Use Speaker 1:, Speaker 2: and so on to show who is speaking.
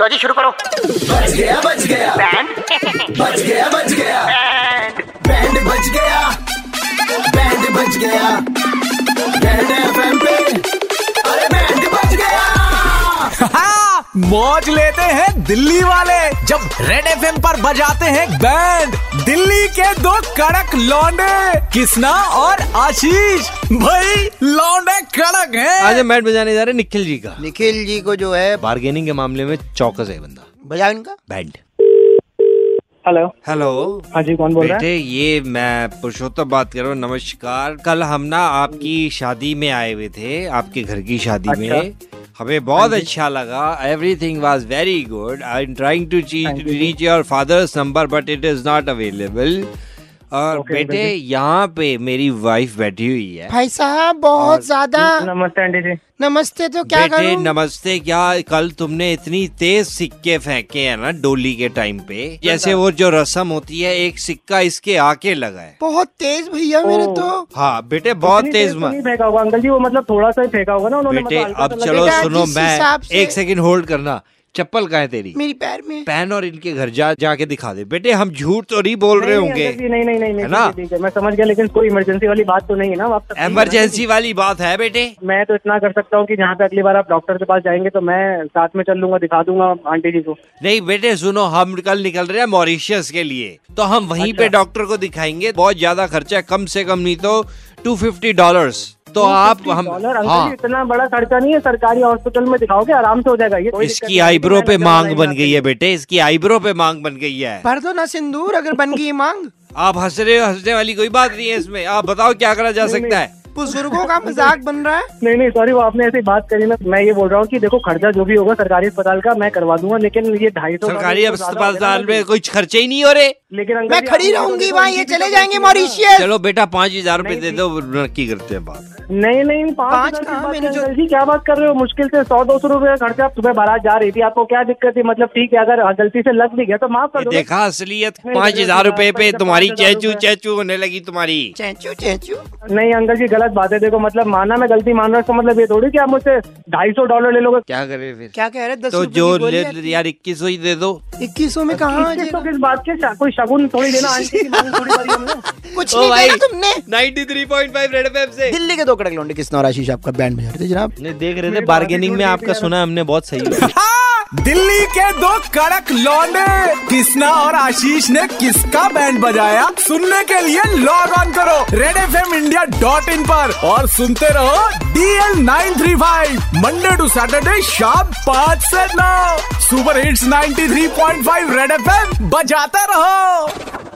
Speaker 1: लो जी शुरू करो
Speaker 2: बच गया बच गया
Speaker 1: बैंड
Speaker 2: बच गया बच गया बैंड बच गया बैंड बच गया बैंड एफएम पे अरे बैंड बच गया
Speaker 3: हाँ, मौज लेते हैं दिल्ली वाले जब रेड एफ पर बजाते हैं बैंड दिल्ली के दो कड़क लौंडे किसना और आशीष भाई लौंडे कड़क
Speaker 4: आज
Speaker 3: हैं
Speaker 4: हम बैट बजाने जा रहे हैं निखिल जी का
Speaker 5: निखिल जी को जो है
Speaker 4: बार्गेनिंग के मामले में चौकस है बंदा
Speaker 5: बजाओ इनका
Speaker 4: बैंड
Speaker 6: हेलो
Speaker 4: हेलो
Speaker 6: हाँ जी कौन बोल रहा है
Speaker 4: बेटे ये मैं पुरुषोत्तम बात कर रहा हूँ नमस्कार कल हम ना आपकी शादी में आए हुए थे आपके घर की शादी में हमें बहुत अच्छा लगा everything was very good I am trying to reach your father's number but it is not available और
Speaker 6: Okay,
Speaker 4: बेटे हाँ
Speaker 6: बेटे।
Speaker 4: यहाँ पे मेरी वाइफ बैठी हुई है
Speaker 5: भाई साहब बहुत ज्यादा
Speaker 6: हाँ, नमस्ते आंटी जी
Speaker 5: नमस्ते तो क्या
Speaker 4: बेटे
Speaker 5: करूं
Speaker 4: नमस्ते क्या कल तुमने इतनी तेज सिक्के फेंके हैं ना डोली के टाइम पे जैसे वो जो रस्म होती है एक सिक्का इसके आके लगा है
Speaker 5: बहुत तेज भैया मेरे
Speaker 6: ओ।
Speaker 5: तो
Speaker 4: हाँ बेटे बहुत
Speaker 6: इतनी
Speaker 4: तेज
Speaker 6: देर तो
Speaker 4: मत
Speaker 6: नहीं फेंका होगा अंकल जी वो मतलब थोड़ा सा ही फेंका होगा ना उन्होंने
Speaker 4: बेटे
Speaker 6: मतलब हल्का
Speaker 4: अब
Speaker 6: सा
Speaker 4: चलो
Speaker 5: बेटा,
Speaker 4: सुनो
Speaker 5: तो जिस
Speaker 4: मैं
Speaker 5: हिसाब से-
Speaker 4: एक सेकंड होल्ड करना चप्पल कहाँ है तेरी
Speaker 5: मेरी पैर में
Speaker 4: पहन और इनके घर जा जाके दिखा दे बेटे हम झूठ तो नहीं बोल रहे
Speaker 6: नहीं, नहीं, अंकल जी,
Speaker 4: होंगे
Speaker 6: नहीं नहीं नहीं
Speaker 4: है
Speaker 6: नहीं,
Speaker 4: ना?
Speaker 6: ठीक है, ठीक है मैं समझ गया लेकिन कोई इमरजेंसी वाली बात तो नहीं है ना आप सब-
Speaker 4: इमरजेंसी वाली बात है बेटे
Speaker 6: मैं तो इतना कर सकता हूँ कि जहाँ पे अगली बार आप डॉक्टर के पास जाएंगे तो मैं साथ में चल लूंगा दिखा दूंगा आंटी जी को
Speaker 4: नहीं बेटे सुनो हम कल निकल रहे हैं मॉरिशियस के लिए तो हम वहीं पे
Speaker 5: अच्छा।
Speaker 4: डॉक्टर को दिखाएंगे बहुत ज्यादा खर्चा है, कम से कम नहीं तो टू फिफ्टी डॉलर तो आप हम
Speaker 6: डॉलर अंकल जी
Speaker 4: हाँ
Speaker 6: इतना बड़ा खर्चा नहीं है सरकारी हॉस्पिटल में दिखाओगे आराम से हो जाएगा ये कोई दिक्कत
Speaker 4: इसकी
Speaker 6: नहीं है,
Speaker 4: आईब्रो
Speaker 6: मैं
Speaker 4: पे
Speaker 6: लगा
Speaker 4: मांग
Speaker 6: लाइन
Speaker 4: बन
Speaker 6: में
Speaker 4: गई है बेटे इसकी आईब्रो पे मांग बन गई है
Speaker 5: भर दो तो ना सिंदूर अगर बन गई मांग
Speaker 4: आप हंस रहे हो हंसने वाली कोई बात नहीं है इसमें आप बताओ क्या करा जा सकता है
Speaker 5: बुजुर्गों का मजाक बन रहा है
Speaker 6: नहीं नहीं सॉरी वो आपने ऐसी बात करी ना मैं ये बोल रहा हूँ कि देखो खर्चा जो भी होगा सरकारी अस्पताल का मैं करवा दूंगा लेकिन ये ढाई
Speaker 5: तो
Speaker 6: सौ तो
Speaker 4: सरकारी अस्पताल में कुछ खर्चे ही नहीं हो रहे
Speaker 6: लेकिन अंकल
Speaker 5: मैं
Speaker 6: जी,
Speaker 5: खड़ी
Speaker 6: आपने
Speaker 5: रहूंगी
Speaker 6: देखो
Speaker 5: वहाँ
Speaker 6: इनकी
Speaker 5: ये
Speaker 6: भी
Speaker 5: चले
Speaker 6: तो
Speaker 5: जाएंगे
Speaker 6: देखो ना।
Speaker 5: मॉरिशियस
Speaker 4: चलो बेटा पांच हजार रूपए दे दो लड़की करते हैं बात
Speaker 6: नहीं नहीं
Speaker 5: पाँच
Speaker 6: पाँच हजार की
Speaker 5: कहाँ
Speaker 6: बात
Speaker 5: मेरी
Speaker 6: है
Speaker 5: जो-
Speaker 6: अंकल जी क्या बात कर रहे हो मुश्किल से सौ दो सौ रूपये का खर्चा आप सुबह बारात जा रही थी आपको क्या दिक्कत थी मतलब ठीक है अगर गलती से लग भी गया तो माफ कर
Speaker 4: ये
Speaker 6: दो
Speaker 4: देखा असलियत
Speaker 6: नहीं,
Speaker 4: पांच हजार रूपए पे
Speaker 6: पाँच
Speaker 4: तुम्हारी
Speaker 6: हजार
Speaker 4: चैचू
Speaker 6: रुपए।
Speaker 4: चैचू होने लगी तुम्हारी
Speaker 5: चेंचू चेंचू
Speaker 6: नहीं अंकल जी गलत बात है देखो मतलब माना मैं गलती मान रहा हूँ इसका मतलब ये थोड़ी कि आप मुझसे ढाई सौ डॉलर ले लोगे
Speaker 4: क्या करे फिर
Speaker 5: क्या कह रहे दस
Speaker 4: तो जो ले यार इक्कीस ही दे दो
Speaker 5: इक्कीस सौ में कहाँ आ
Speaker 6: किस तो
Speaker 5: जाएगा
Speaker 6: किस बात के शा- कोई शगुन थोड़ी देना आंटी की मांग थोड़ी करी हमने
Speaker 5: कुछ नहीं कहा तुमने
Speaker 4: ninety three point five Red F से
Speaker 5: दिल्ली के दो कड़क लौंडे किसना और आशीष आपका बैंड बजा रहे थे जनाब
Speaker 4: देख रहे थे बार्गेनिंग में आपका सुना हमने बहुत सही
Speaker 3: हाँ, दिल्ली के दो कड़क लौंडे किसना और आशीष ने किसका बैंड बजाया सुनने के लिए लॉग ऑन करो red F M India dot in पर और सुनते रहो DL nine three five Monday to Saturday शाम पाँच से नौ super hits 93.5 red F M बजाते रहो